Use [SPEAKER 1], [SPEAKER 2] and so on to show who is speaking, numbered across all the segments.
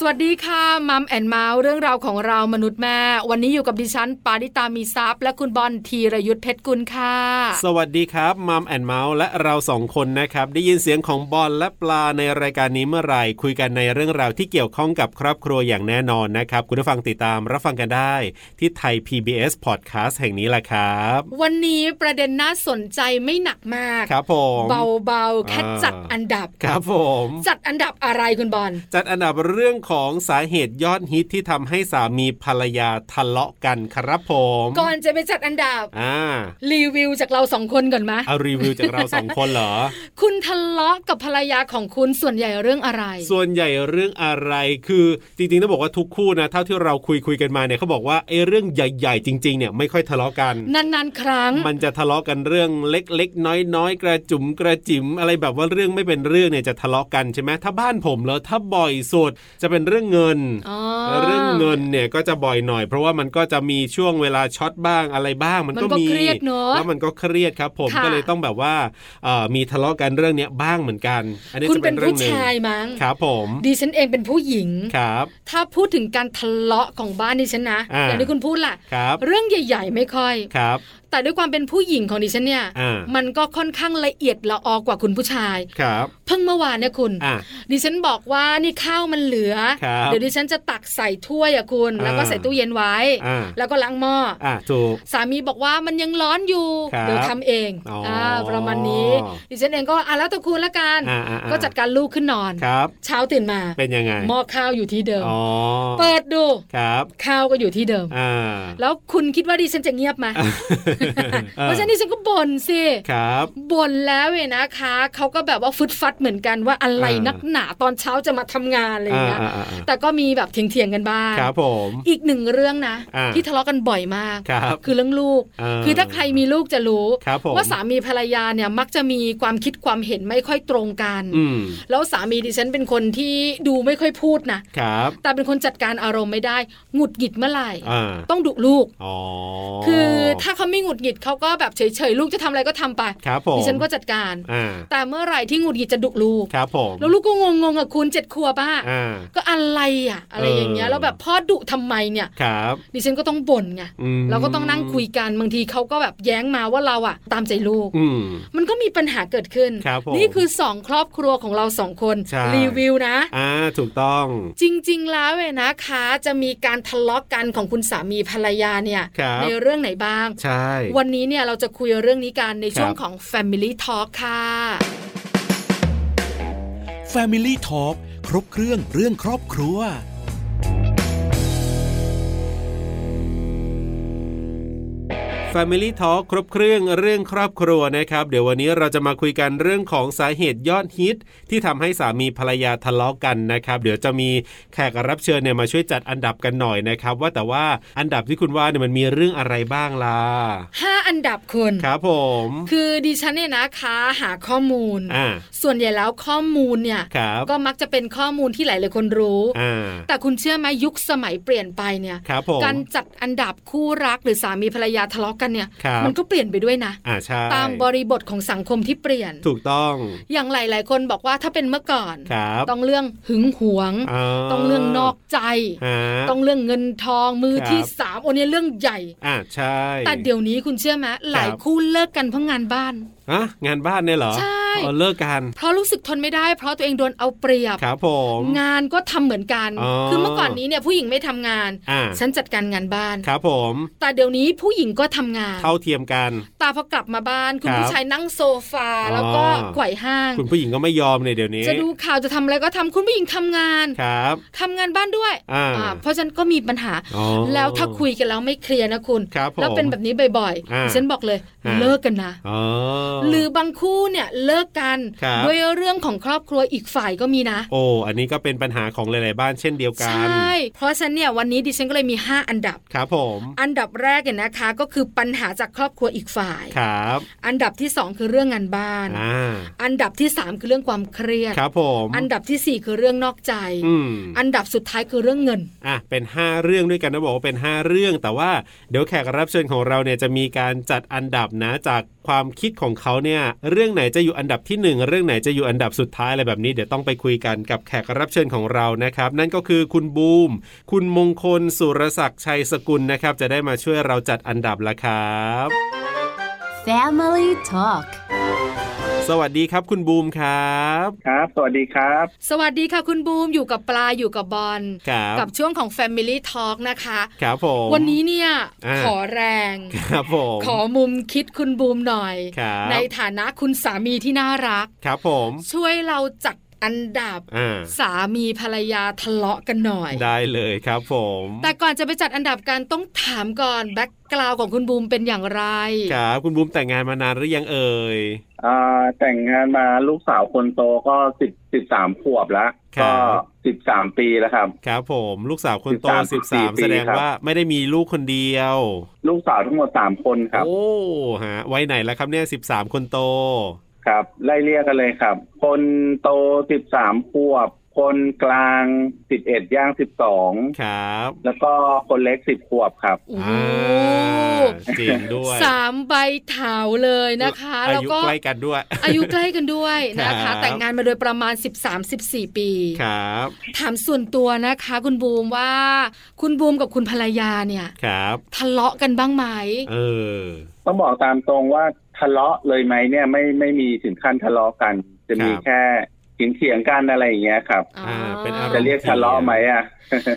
[SPEAKER 1] สวัสดีค่ะมัมแอนเมาส์เรื่องราวของเรามนุษย์แม่ วันนี้อยู่กับดิฉัน ปาริตามีซัพย์และคุณบอลธีรยุทธเพชรกุลค่ะ
[SPEAKER 2] สวัสดีครับมัมแอนเมาส์และเราสองคนนะครับ ได้ยินเสียงของบอลและปลาในรายการนี้เมื่อไหร่ คุยกันในเรื่องราวที่เกี่ยวข้องกับครอบครัวอย่างแน่นอนนะครับ คุณผู้ฟังติดตามรับฟังกันได้ ที่ไทย PBS Podcast แห่งนี้แหละครับ
[SPEAKER 1] วันนี้ประเด็นน่าสนใจไม่หนักมาก
[SPEAKER 2] ครับผม
[SPEAKER 1] เบาๆแค่
[SPEAKER 2] อ่า
[SPEAKER 1] จัดอันดับ
[SPEAKER 2] ครับผม
[SPEAKER 1] จัดอันดับอะไรคุณบอล
[SPEAKER 2] จัดอันดับเรื่องของสาเหตุยอดฮิตที่ทำให้สามีภรรยาทะเลาะกันครับผม
[SPEAKER 1] ก่อนจะไปจัดอันดับ
[SPEAKER 2] อ่า
[SPEAKER 1] รีวิวจากเราสองคนก่อนไหม
[SPEAKER 2] เอารีวิวจากเราสองคนเหรอ
[SPEAKER 1] คุณทะเลาะกับภรรยาของคุณส่วนใหญ่เรื่องอะไร
[SPEAKER 2] ส่วนใหญ่เรื่องอะไรคือจริงๆต้องบอกว่าทุกคู่นะเท่าที่เราคุยคุยกันมาเนี่ยเขาบอกว่าไอ้เรื่องใหญ่ ๆ จริงๆเนี่ยไม่ค่อยทะเลาะกัน
[SPEAKER 1] นานๆครั้ง
[SPEAKER 2] มันจะทะเลาะกันเรื่องเล็กๆ น้อยๆ กระจุ๋มกระจิ๋มอะไรแบบว่าเรื่องไม่เป็นเรื่องเนี่ยจะทะเลาะกันใช่ไหมถ้าบ้านผมเหรอถ้าบ่อยสุดจะเป็นเรื่องเงิน
[SPEAKER 1] อ๋อ
[SPEAKER 2] เรื่องเงินเนี่ยก็จะบ่อยหน่อย เพราะว่ามันก็จะมีช่วงเวลาช็อตบ้างอะไรบ้าง มัน
[SPEAKER 1] มั
[SPEAKER 2] ก็
[SPEAKER 1] นก็
[SPEAKER 2] มี
[SPEAKER 1] เครียดเนอะ
[SPEAKER 2] แล้วมันก็เครียดครับ ผม
[SPEAKER 1] ค่ะ
[SPEAKER 2] ก็เลยต้องแบบว่าเอ่อมีทะเลาะกันเรื่องเนี้ยบ้างเหมือนกัน อันนี้
[SPEAKER 1] คุณ
[SPEAKER 2] จะเป็
[SPEAKER 1] เป็น
[SPEAKER 2] นเรื่
[SPEAKER 1] ผู้
[SPEAKER 2] องหนึ่ง
[SPEAKER 1] ชายมั้ง
[SPEAKER 2] ครับผม
[SPEAKER 1] ดิฉันเองเป็นผู้หญิง
[SPEAKER 2] ครับ
[SPEAKER 1] ถ้าพูดถึงการทะเลาะของบ้านดิฉันนะ
[SPEAKER 2] อ่า
[SPEAKER 1] อย่างที่คุณพูดแหละ
[SPEAKER 2] ครับ
[SPEAKER 1] เรื่องใหญ่ ๆ ไม่ค่อย
[SPEAKER 2] ครับ
[SPEAKER 1] แต่ด้วยความเป็นผู้หญิงของดิฉันเนี่ย
[SPEAKER 2] อ่ามั
[SPEAKER 1] มันก็ค่อนข้างละเอียดละออกว่าคุณผู้ชาย
[SPEAKER 2] ครับ
[SPEAKER 1] เพิ่งเมื่อวานเนี่ยคุณ
[SPEAKER 2] อ่ะ
[SPEAKER 1] ดิฉันบอกว่านี่ข้าวมันเหลือ
[SPEAKER 2] ครับ
[SPEAKER 1] เดี๋ยวดิฉันจะตักใส่ถ้วยอะคุณ
[SPEAKER 2] อ่า
[SPEAKER 1] แล้วก็ใส่ตู้เย็นไว้
[SPEAKER 2] อ่า
[SPEAKER 1] แล้วก็ล้างหม้ออ
[SPEAKER 2] อ่ะถูก
[SPEAKER 1] สามีบอกว่ามันยังร้อนอยู่
[SPEAKER 2] ครับ
[SPEAKER 1] เดี๋ยวทำเอง
[SPEAKER 2] อ๋ออ่
[SPEAKER 1] าประมาณนี้ ดิฉันเองก็อ่ะแล้วแต่คุณละกัน
[SPEAKER 2] อ่าอ่าอ่า
[SPEAKER 1] ก็จัดการลูกขึ้นนอน
[SPEAKER 2] ครับ
[SPEAKER 1] เช้าตื่นมา
[SPEAKER 2] เป็นยังไง
[SPEAKER 1] หม้อข้าวอยู่ที่เดิม
[SPEAKER 2] อ๋อ
[SPEAKER 1] เปิดดู
[SPEAKER 2] ครับ
[SPEAKER 1] ข้าวก็อยู่ที่เดิม
[SPEAKER 2] อ่า
[SPEAKER 1] แล้วคุณคิดว่าดิฉันจะเงียบไหม เพราะฉะนั้นดิฉันก็บ่นสิ
[SPEAKER 2] ครับ
[SPEAKER 1] บ่นแล้วเนี่ยนะคะเขาก็แบบว่าฟึดฟัดเหมือนกันว่าอะไร
[SPEAKER 2] อ่านั
[SPEAKER 1] นักหนาตอนเช้าจะมาทำงานอะไรอย่างเงี้ย
[SPEAKER 2] อ่าอ่าอ่า
[SPEAKER 1] แต่ก็มีแบบเถียงๆกันบ้าง
[SPEAKER 2] ครับผม
[SPEAKER 1] อีกหนึ่งเรื่องนะ
[SPEAKER 2] อ่า
[SPEAKER 1] ที่ทะเลาะกันบ่อยมาก
[SPEAKER 2] ครับ
[SPEAKER 1] คือเรื่องลูก
[SPEAKER 2] เออ
[SPEAKER 1] คือถ้าใครมีลูกจะรู้
[SPEAKER 2] ครับผม
[SPEAKER 1] ว่าสามีภรรยาเนี่ยมักจะมีความคิดความเห็นไม่ค่อยตรงกัน
[SPEAKER 2] อืม
[SPEAKER 1] แล้วสามีดิฉันเป็นคนที่ดูไม่ค่อยพูดนะ
[SPEAKER 2] ครับ
[SPEAKER 1] แต่เป็นคนจัดการอารมณ์ไม่ได้หงุดหงิดเมื่อไหร่
[SPEAKER 2] อ่า
[SPEAKER 1] ต้องดุลูก
[SPEAKER 2] อ๋อ
[SPEAKER 1] คือถ้าเขาไม่หงุดหงิดเขาก็แบบเฉยๆลูกจะทำอะไรก็ทำไป
[SPEAKER 2] ครับผม
[SPEAKER 1] ดิฉันก็จัดการ
[SPEAKER 2] อ่า
[SPEAKER 1] แต่เมื่อไหร่ที่หงุดหงิดจะดุลูก
[SPEAKER 2] ครับผม
[SPEAKER 1] แล้วลูกก็งงๆอะคุณเจ็ดครัวบ้า
[SPEAKER 2] อ่า
[SPEAKER 1] ก็อะไรอะอะไรอย่างเงี้ย
[SPEAKER 2] เออ
[SPEAKER 1] แล้วแบบพ่อดุทำไมเนี่ย
[SPEAKER 2] ครับ
[SPEAKER 1] ดิฉันก็ต้องบ่นไง
[SPEAKER 2] อืม
[SPEAKER 1] เราก็ต้องนั่งคุยกันบางทีเขาก็แบบแย้งมาว่าเราอะตามใจลูก
[SPEAKER 2] อืม
[SPEAKER 1] มันก็มีปัญหาเกิดขึ้น
[SPEAKER 2] ครับผม
[SPEAKER 1] นี่คือสองครอบครัวของเราสองคน
[SPEAKER 2] ใช่
[SPEAKER 1] รีวิวนะ
[SPEAKER 2] อ่า ถูกต้อง
[SPEAKER 1] จริง ๆ แล้วเนี่ยนะคะ จะมีการทะเลาะกันของคุณสามีภรรยาเนี่ย
[SPEAKER 2] ครับ
[SPEAKER 1] ในเรื่องไหนบ้าง
[SPEAKER 2] ใช่
[SPEAKER 1] วันนี้เนี่ยเราจะคุยเรื่องนี้กันในช่วง
[SPEAKER 2] ครับ
[SPEAKER 1] ของ Family Talk ค่ะ
[SPEAKER 3] Family Talk ครบเครื่องเรื่องครอบครัว
[SPEAKER 2] Family Talk ครบเครื่องเรื่องครอบครัวนะครับ เดี๋ยววันนี้เราจะมาคุยกันเรื่องของสาเหตุยอดฮิต ที่ทำให้สามีภรรยาทะเลาะกันนะครับ เดี๋ยวจะมีแขกรับเชิญเนี่ยมาช่วยจัดอันดับกันหน่อยนะครับ ว่าแต่ว่าอันดับที่คุณว่าเนี่ยมันมีเรื่องอะไรบ้างล่ะ
[SPEAKER 1] 5 อันดับคุณ
[SPEAKER 2] ครับผม
[SPEAKER 1] คือดิฉันเนี่ยนะคะหาข้อมูล
[SPEAKER 2] อ่า
[SPEAKER 1] ส่วนใหญ่แล้วข้อมูลเนี่ย
[SPEAKER 2] ครับ
[SPEAKER 1] ก็มักจะเป็นข้อมูลที่หลายๆคนรู้
[SPEAKER 2] อ่า
[SPEAKER 1] แต่คุณเชื่อไหมยุคสมัยเปลี่ยนไปเนี่ย
[SPEAKER 2] ครับผม
[SPEAKER 1] การจัดอันดับคู่รักหรือสามีภรรยาทะเลาะกันเนี่ย
[SPEAKER 2] ครับ
[SPEAKER 1] มันก็เปลี่ยนไปด้วยนะ
[SPEAKER 2] อ่าใช่
[SPEAKER 1] ตามบริบทของสังคมที่เปลี่ยน
[SPEAKER 2] ถูกต้อง
[SPEAKER 1] อย่างหลาย ๆ คนบอกว่าถ้าเป็นเมื่อก่อน
[SPEAKER 2] ครับ
[SPEAKER 1] ต้องเรื่องหึงหวง
[SPEAKER 2] า
[SPEAKER 1] ต้องเรื่องนอกใจ
[SPEAKER 2] ฮะ
[SPEAKER 1] ต้องเรื่องเงินทองมือ
[SPEAKER 2] ครับ
[SPEAKER 1] ที่สามโอเนี้เรื่องใหญ่
[SPEAKER 2] อ่าใช่
[SPEAKER 1] แต่เดี๋ยวนี้คุณเชื่อไหมหลายคู่เลิกกันเพราะงานบ้าน
[SPEAKER 2] ฮะงานบ้านเนี่ยเหรอ
[SPEAKER 1] ใช่
[SPEAKER 2] อ๋อเลิกกัน
[SPEAKER 1] เพราะรู้สึกทนไม่ได้ เพราะตัวเองโดนเอาเปรียบ
[SPEAKER 2] ครับผม
[SPEAKER 1] งานก็ทำเหมือนกัน
[SPEAKER 2] อ๋อ
[SPEAKER 1] คือเมื่อก่อนนี้เนี่ยผู้หญิงไม่ทำงาน
[SPEAKER 2] อ่า
[SPEAKER 1] ฉันจัดการงานบ้าน
[SPEAKER 2] ครับผม
[SPEAKER 1] แต่เดี๋ยวนี้ผู้หญิงก็ทำงาน
[SPEAKER 2] เท่าเทียมกัน
[SPEAKER 1] ตาพอกลับมาบ้าน คุณ
[SPEAKER 2] ครับ
[SPEAKER 1] ผู้ชายนั่งโซฟา
[SPEAKER 2] อ๋อ
[SPEAKER 1] แล้วก็ไขว่ห้าง
[SPEAKER 2] คุณผู้หญิงก็ไม่ยอมเลยเดี๋ยวนี้
[SPEAKER 1] จะดูข่าวจะทำอะไรก็ทำคุณผู้หญิงทำงาน
[SPEAKER 2] ครับ
[SPEAKER 1] ทำงานบ้านด้วย
[SPEAKER 2] อ่า
[SPEAKER 1] อ่าเพราะฉะนันก็มีปัญหา
[SPEAKER 2] อ๋อ
[SPEAKER 1] แล้วถ้าคุยกันแล้วไม่เคลียร์นะคุณ
[SPEAKER 2] ครับผม
[SPEAKER 1] แล้วเป็นแบบนี้บ่อย
[SPEAKER 2] อ่า
[SPEAKER 1] ๆดิฉันบอกเลย
[SPEAKER 2] อ่า
[SPEAKER 1] เลิกกันนะ
[SPEAKER 2] อ๋อ
[SPEAKER 1] หรือบางคู่เนี่ยเลิก กกัน
[SPEAKER 2] ครับ
[SPEAKER 1] ด้วยเรื่องของครอบครัวอีกฝ่ายก็มีนะ
[SPEAKER 2] โอ้อันนี้ก็เป็นปัญหาของหลาย ๆ บ้านเช่นเดียวกั
[SPEAKER 1] ใช
[SPEAKER 2] น
[SPEAKER 1] ่ เพราะฉะนั้นเนี่ยวันนี้ดิฉันก็เลยมี 5 อันดับ
[SPEAKER 2] ครับผม
[SPEAKER 1] อันดับแรกเนี่ยนะคะ ก็คือปัญหาจากครอบครัวอีกฝ่าย
[SPEAKER 2] ครับ
[SPEAKER 1] อันดับที่ 2 คือเรื่องงานบ้าน
[SPEAKER 2] อ่า
[SPEAKER 1] อันดับที่ 3 คือเรื่องความเครียด
[SPEAKER 2] ครับผม
[SPEAKER 1] อันดับที่ 4 คือเรื่องนอกใจ
[SPEAKER 2] อืม
[SPEAKER 1] อันดับสุดท้ายคือเรื่องเงิน
[SPEAKER 2] อ่ะเป็น 5 เรื่องด้วยกันนะบอกว่าเป็น 5 เรื่อง แต่ว่าเดี๋ยวแขกรับเชิญของเราเนี่ยจะมีการจัดอันดับนะจากความคิดของเขาเนี่ยเรื่องไหนจะอยู่อันดับทีหนึ่งเรื่องไหนจะอยู่อันดับสุดท้ายอะไรแบบนี้เดี๋ยวต้องไปคุยกันกับแขกรับเชิญของเรานะครับ นั่นก็คือคุณบูม คุณมงคลสุรศักดิ์ชัยสกุลนะครับ จะได้มาช่วยเราจัดอันดับละครับ
[SPEAKER 4] Family Talk
[SPEAKER 2] สวัสดีครับคุณบูมครับ
[SPEAKER 5] ครับ สวัสดีครับ
[SPEAKER 1] สวัสดีค่ะคุณบูมอยู่กับปลาอยู่กับบอล
[SPEAKER 2] ครับ
[SPEAKER 1] กับช่วงของ Family Talk นะคะ
[SPEAKER 2] ครับผม
[SPEAKER 1] วันนี้เนี่ย
[SPEAKER 2] อ่า
[SPEAKER 1] ขอแรง
[SPEAKER 2] ครับผม
[SPEAKER 1] ขอมุมคิดคุณบูมหน่อย
[SPEAKER 2] ครับ
[SPEAKER 1] ในฐานะคุณสามีที่น่ารัก
[SPEAKER 2] ครับผม
[SPEAKER 1] ช่วยเราจัดอันดับ
[SPEAKER 2] อ่า
[SPEAKER 1] สามีภรรยาทะเลาะกันหน่อย
[SPEAKER 2] ได้เลยครับผม
[SPEAKER 1] แต่ก่อนจะไปจัดอันดับกันต้องถามก่อนแบ็กกราวของคุณบูมเป็นอย่างไร
[SPEAKER 2] ครับคุณบูมแต่งงานมานานหรือยังเอ่ย
[SPEAKER 5] อ่าแต่งงานมาลูกสาวคนโตก็สิบสิบสามขวบแล้ว
[SPEAKER 2] ครับ
[SPEAKER 5] ก็สิบสามปีแล้วครับ
[SPEAKER 2] ครับผมลูกสาวคนโต
[SPEAKER 5] 13
[SPEAKER 2] 13 แสดงว่าไม่ได้มีลูกคนเดียว
[SPEAKER 5] ลูกสาวทั้งหมดสามคนครับ
[SPEAKER 2] โอ้ฮะไว้ไหนแล้วครับเนี่ย13 คนโต
[SPEAKER 5] ครับ ไล่เรียกกันเลยครับ คนโตสิบสามขวบ คนกลางสิบเอ็ดย่างสิบสอง
[SPEAKER 2] ครับ
[SPEAKER 5] แล้วก็คนเล็กสิบขวบครับ
[SPEAKER 1] โอ้โห
[SPEAKER 2] อ่าจริงด้วย
[SPEAKER 1] สามใบเถาเลยนะคะ
[SPEAKER 2] อา
[SPEAKER 1] แล้ว
[SPEAKER 2] ยุ
[SPEAKER 1] ก็
[SPEAKER 2] ใกล้กันด้วย
[SPEAKER 1] อายุใกล้กันด้วยนะ
[SPEAKER 2] ครั
[SPEAKER 1] คะ
[SPEAKER 2] บ
[SPEAKER 1] แต่งงานมาโดยประมาณ 13-14 ปี
[SPEAKER 2] ครับ
[SPEAKER 1] ถามส่วนตัวนะคะ คุณบูมว่า คุณบูมกับคุณภรรยาเนี่ย
[SPEAKER 2] ครับ
[SPEAKER 1] ทะเลาะกันบ้างไหม
[SPEAKER 2] เออ
[SPEAKER 5] ต้องบอกตามตรงว่าทะเลาะเลยไหมเนี่ยไม่ไม่มีถึงขั้นทะเลาะกัน จะมี
[SPEAKER 2] ครับ
[SPEAKER 5] แค่เถียงเถียงๆกันอะไรอย่างเงี้ยครับ
[SPEAKER 1] อ่า
[SPEAKER 2] อ่าเป็นอาร
[SPEAKER 5] จะ
[SPEAKER 2] มณ์
[SPEAKER 5] เรียกทะเลาะไหมอ่ะ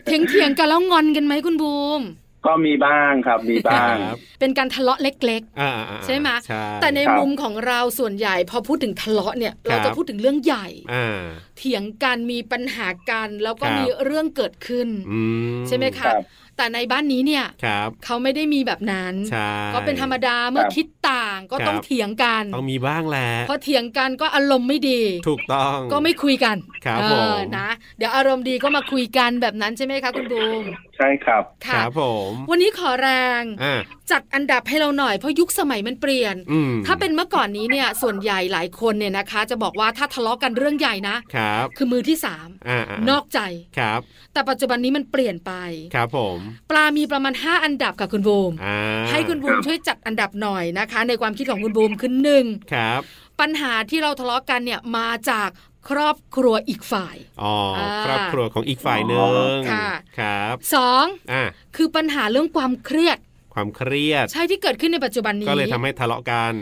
[SPEAKER 1] เถียงเถียงกันแล้วงอนกันไหมคุณบูม
[SPEAKER 5] ก็มีบ้างครับ มีบ้าง
[SPEAKER 2] ครับ
[SPEAKER 1] เป็นการทะเลาะเล็ก
[SPEAKER 2] อ่าอ่าอ่า
[SPEAKER 1] ใช่ไหม
[SPEAKER 2] ใช่
[SPEAKER 1] ๆ แต่ในมุมของเราส่วนใหญ่พอพูดถึงทะเลาะเนี่ย
[SPEAKER 2] ครั
[SPEAKER 1] เรา
[SPEAKER 2] บ
[SPEAKER 1] จะพูดถึงเรื่องใหญ่
[SPEAKER 2] อ่า
[SPEAKER 1] เถียงกันมีปัญหากัน แล้วก็
[SPEAKER 2] ครับ
[SPEAKER 1] มีเรื่องเกิดขึ้น
[SPEAKER 2] อืม
[SPEAKER 1] ใช่ไหม
[SPEAKER 5] ค
[SPEAKER 1] คะ
[SPEAKER 5] รับ
[SPEAKER 1] แต่ในบ้านนี้เนี่ย
[SPEAKER 2] ครับ
[SPEAKER 1] เขาไม่ได้มีแบบนั้น
[SPEAKER 2] ใช่
[SPEAKER 1] ก็เป็นธรรมดาเมื่อ
[SPEAKER 5] ครับ
[SPEAKER 1] คิดต่างก็
[SPEAKER 2] ครับ
[SPEAKER 1] ต้องเถียงกัน
[SPEAKER 2] ต้องมีบ้างแหละ
[SPEAKER 1] พอเถียงกันก็อารมณ์ไม่ดี
[SPEAKER 2] ถูกต้อง
[SPEAKER 1] ก็ไม่คุยกัน
[SPEAKER 2] ครับ
[SPEAKER 1] เออ
[SPEAKER 2] ผม
[SPEAKER 1] นะ เดี๋ยวอารมณ์ดีก็มาคุยกันแบบนั้นใช่ไหมคะคุณบูม
[SPEAKER 5] ใช่ครับ
[SPEAKER 2] ค
[SPEAKER 1] ค่ะ
[SPEAKER 2] รับผม
[SPEAKER 1] วันนี้ขอแรง
[SPEAKER 2] อ่า
[SPEAKER 1] จัดอันดับให้เราหน่อยเพราะยุคสมัยมันเปลี่ยน
[SPEAKER 2] อืม
[SPEAKER 1] ถ้าเป็นเมื่อก่อนนี้เนี่ยส่วนใหญ่หลายคนเนี่ยนะคะ จะบอกว่าถ้าทะเลาะกันเรื่องใหญ่นะครับ คือมือที่สาม
[SPEAKER 2] อ่าาน
[SPEAKER 1] อกใจ
[SPEAKER 2] ครับ
[SPEAKER 1] แต่ปัจจุบันนี้มันเปลี่ยนไป
[SPEAKER 2] ครับผม
[SPEAKER 1] ปลามีประมาณ 5 อันดับค่ะคุณบูม
[SPEAKER 2] อ่า
[SPEAKER 1] ให้คุณบูมช่วยจัดอันดับหน่อยนะคะ ในความคิดของคุณบูมคือหนึ่ง
[SPEAKER 2] ครับ
[SPEAKER 1] ปัญหาที่เราทะเลาะกันเนี่ยมาจากครอบครัวอีกฝ่าย
[SPEAKER 2] อ๋ออา ครอบครัวของอีกฝ่ายหนึ่ง
[SPEAKER 1] ค่ะ
[SPEAKER 2] ครับ
[SPEAKER 1] สอง
[SPEAKER 2] อ่า
[SPEAKER 1] คือปัญหาเรื่องความเครียด
[SPEAKER 2] ความเครียด
[SPEAKER 1] ใช่ที่เกิดขึ้นในปัจจุบันนี้
[SPEAKER 2] ก็เลยทำให้ทะเลาะกัน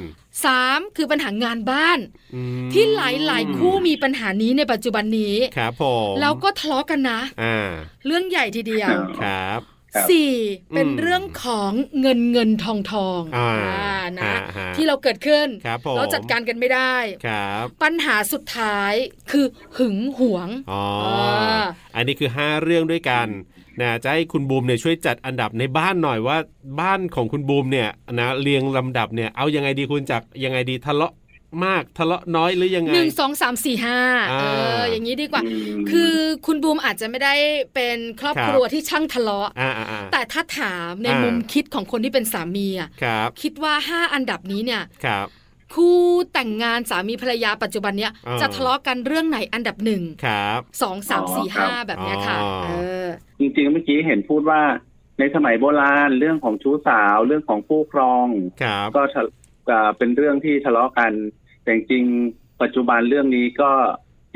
[SPEAKER 1] สามคือปัญหางานบ้าน
[SPEAKER 2] อืม
[SPEAKER 1] ที่หลายหลายๆคู่มีปัญหานี้ในปัจจุบันนี้
[SPEAKER 2] ครับผม
[SPEAKER 1] แล้วก็ทะเลาะกันนะ
[SPEAKER 2] อ่า
[SPEAKER 1] เรื่องใหญ่ทีเดียว
[SPEAKER 2] ครับ
[SPEAKER 5] ครับ
[SPEAKER 1] สี่เป็น
[SPEAKER 2] อืม
[SPEAKER 1] เรื่องของเงินเงินทองทอง
[SPEAKER 2] อ่า
[SPEAKER 1] อ่านะ
[SPEAKER 2] ฮะฮะ
[SPEAKER 1] ที่เราเกิดขึ้น
[SPEAKER 2] ครับผม
[SPEAKER 1] เราจัดการกันไม่ได้
[SPEAKER 2] ครับ
[SPEAKER 1] ปัญหาสุดท้ายคือหึงหวง
[SPEAKER 2] อ๋อ
[SPEAKER 1] อ่า
[SPEAKER 2] อันนี้คือ 5 เรื่องด้วยกันนะจะให้คุณบูมเนี่ยช่วยจัดอันดับในบ้านหน่อยว่าบ้านของคุณบูมเนี่ยนะเรียงลำดับเนี่ยเอายังไงดีคุณจากยังไงดีทะเลาะมากทะเลาะน้อยหรือยังไง
[SPEAKER 1] หนึ่งสองสามสี่ห้า
[SPEAKER 2] อ่า
[SPEAKER 1] เอออย่างนี้ดีกว่า
[SPEAKER 5] อืม
[SPEAKER 1] คือคุณบูมอาจจะไม่ได้เป็นครอบ
[SPEAKER 2] ครับ
[SPEAKER 1] ครัวที่ช่างทะเลาะ
[SPEAKER 2] อ่าอ่าอ่า
[SPEAKER 1] แต่ถ้าถามใน
[SPEAKER 2] อ่า
[SPEAKER 1] มุ
[SPEAKER 2] มุ
[SPEAKER 1] มคิดของคนที่เป็นสามีอะ
[SPEAKER 2] ครับ
[SPEAKER 1] คิดว่าห้าอันดับนี้เนี่ย
[SPEAKER 2] ครับ
[SPEAKER 1] คู่แต่งงานสามีภรรยาปัจจุบันเนี้ย
[SPEAKER 2] อ่า
[SPEAKER 1] จะทะเลาะกันเรื่องไหนอันดับหนึ่ง
[SPEAKER 2] ครับ
[SPEAKER 1] สองสามสี่ห้าแบบเนี้ยค่ะ
[SPEAKER 2] อ๋อ
[SPEAKER 1] เออ
[SPEAKER 5] จริงๆเมื่อกี้เห็นพูดว่า ในสมัยโบราณเรื่องของชู้สาวเรื่องของผู้ครอง
[SPEAKER 2] ครับ
[SPEAKER 5] ก็ทะอ่าเป็นเรื่องที่ทะเลาะกัน แต่จริงๆปัจจุบันเรื่องนี้ก็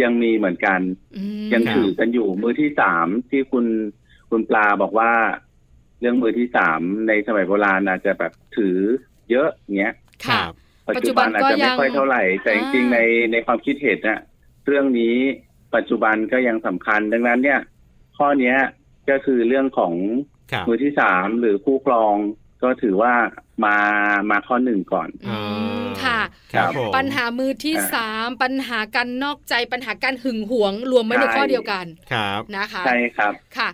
[SPEAKER 5] ยังมีเหมือนกัน
[SPEAKER 1] อืม
[SPEAKER 5] ยังถือกันอยู่มือที่สามที่คุณคุณปลาบอกว่า เรื่องมือที่สามในสมัยโบราณอาจจะแบบถือเยอะอย่างเงี้ย
[SPEAKER 1] ค่ะ
[SPEAKER 5] ปัจจุบันอาจจะไม่ค่อยเท่าไหร่ แต่จริงๆในในความคิดเห็นนะเรื่องนี้ปัจจุบันก็ยังสำคัญ ดังนั้นเนี่ย ข้อเนี้ยก็คือเรื่องของ
[SPEAKER 2] ครับ
[SPEAKER 5] มือที่สามหรือคู่ครอง ก็ถือว่า มามาข้อหนึ่งก่อน
[SPEAKER 1] อืมค่ะ
[SPEAKER 2] ครับผม
[SPEAKER 1] ปัญหามือที่
[SPEAKER 5] อ่า
[SPEAKER 1] สามปัญหาการนอกใจปัญหาการหึงหวง รวมไว้ใน
[SPEAKER 5] ใช่
[SPEAKER 1] ข้อเดียวกัน
[SPEAKER 2] ครับ
[SPEAKER 1] นะคะ
[SPEAKER 5] ใช่ครับ
[SPEAKER 1] ค่ะ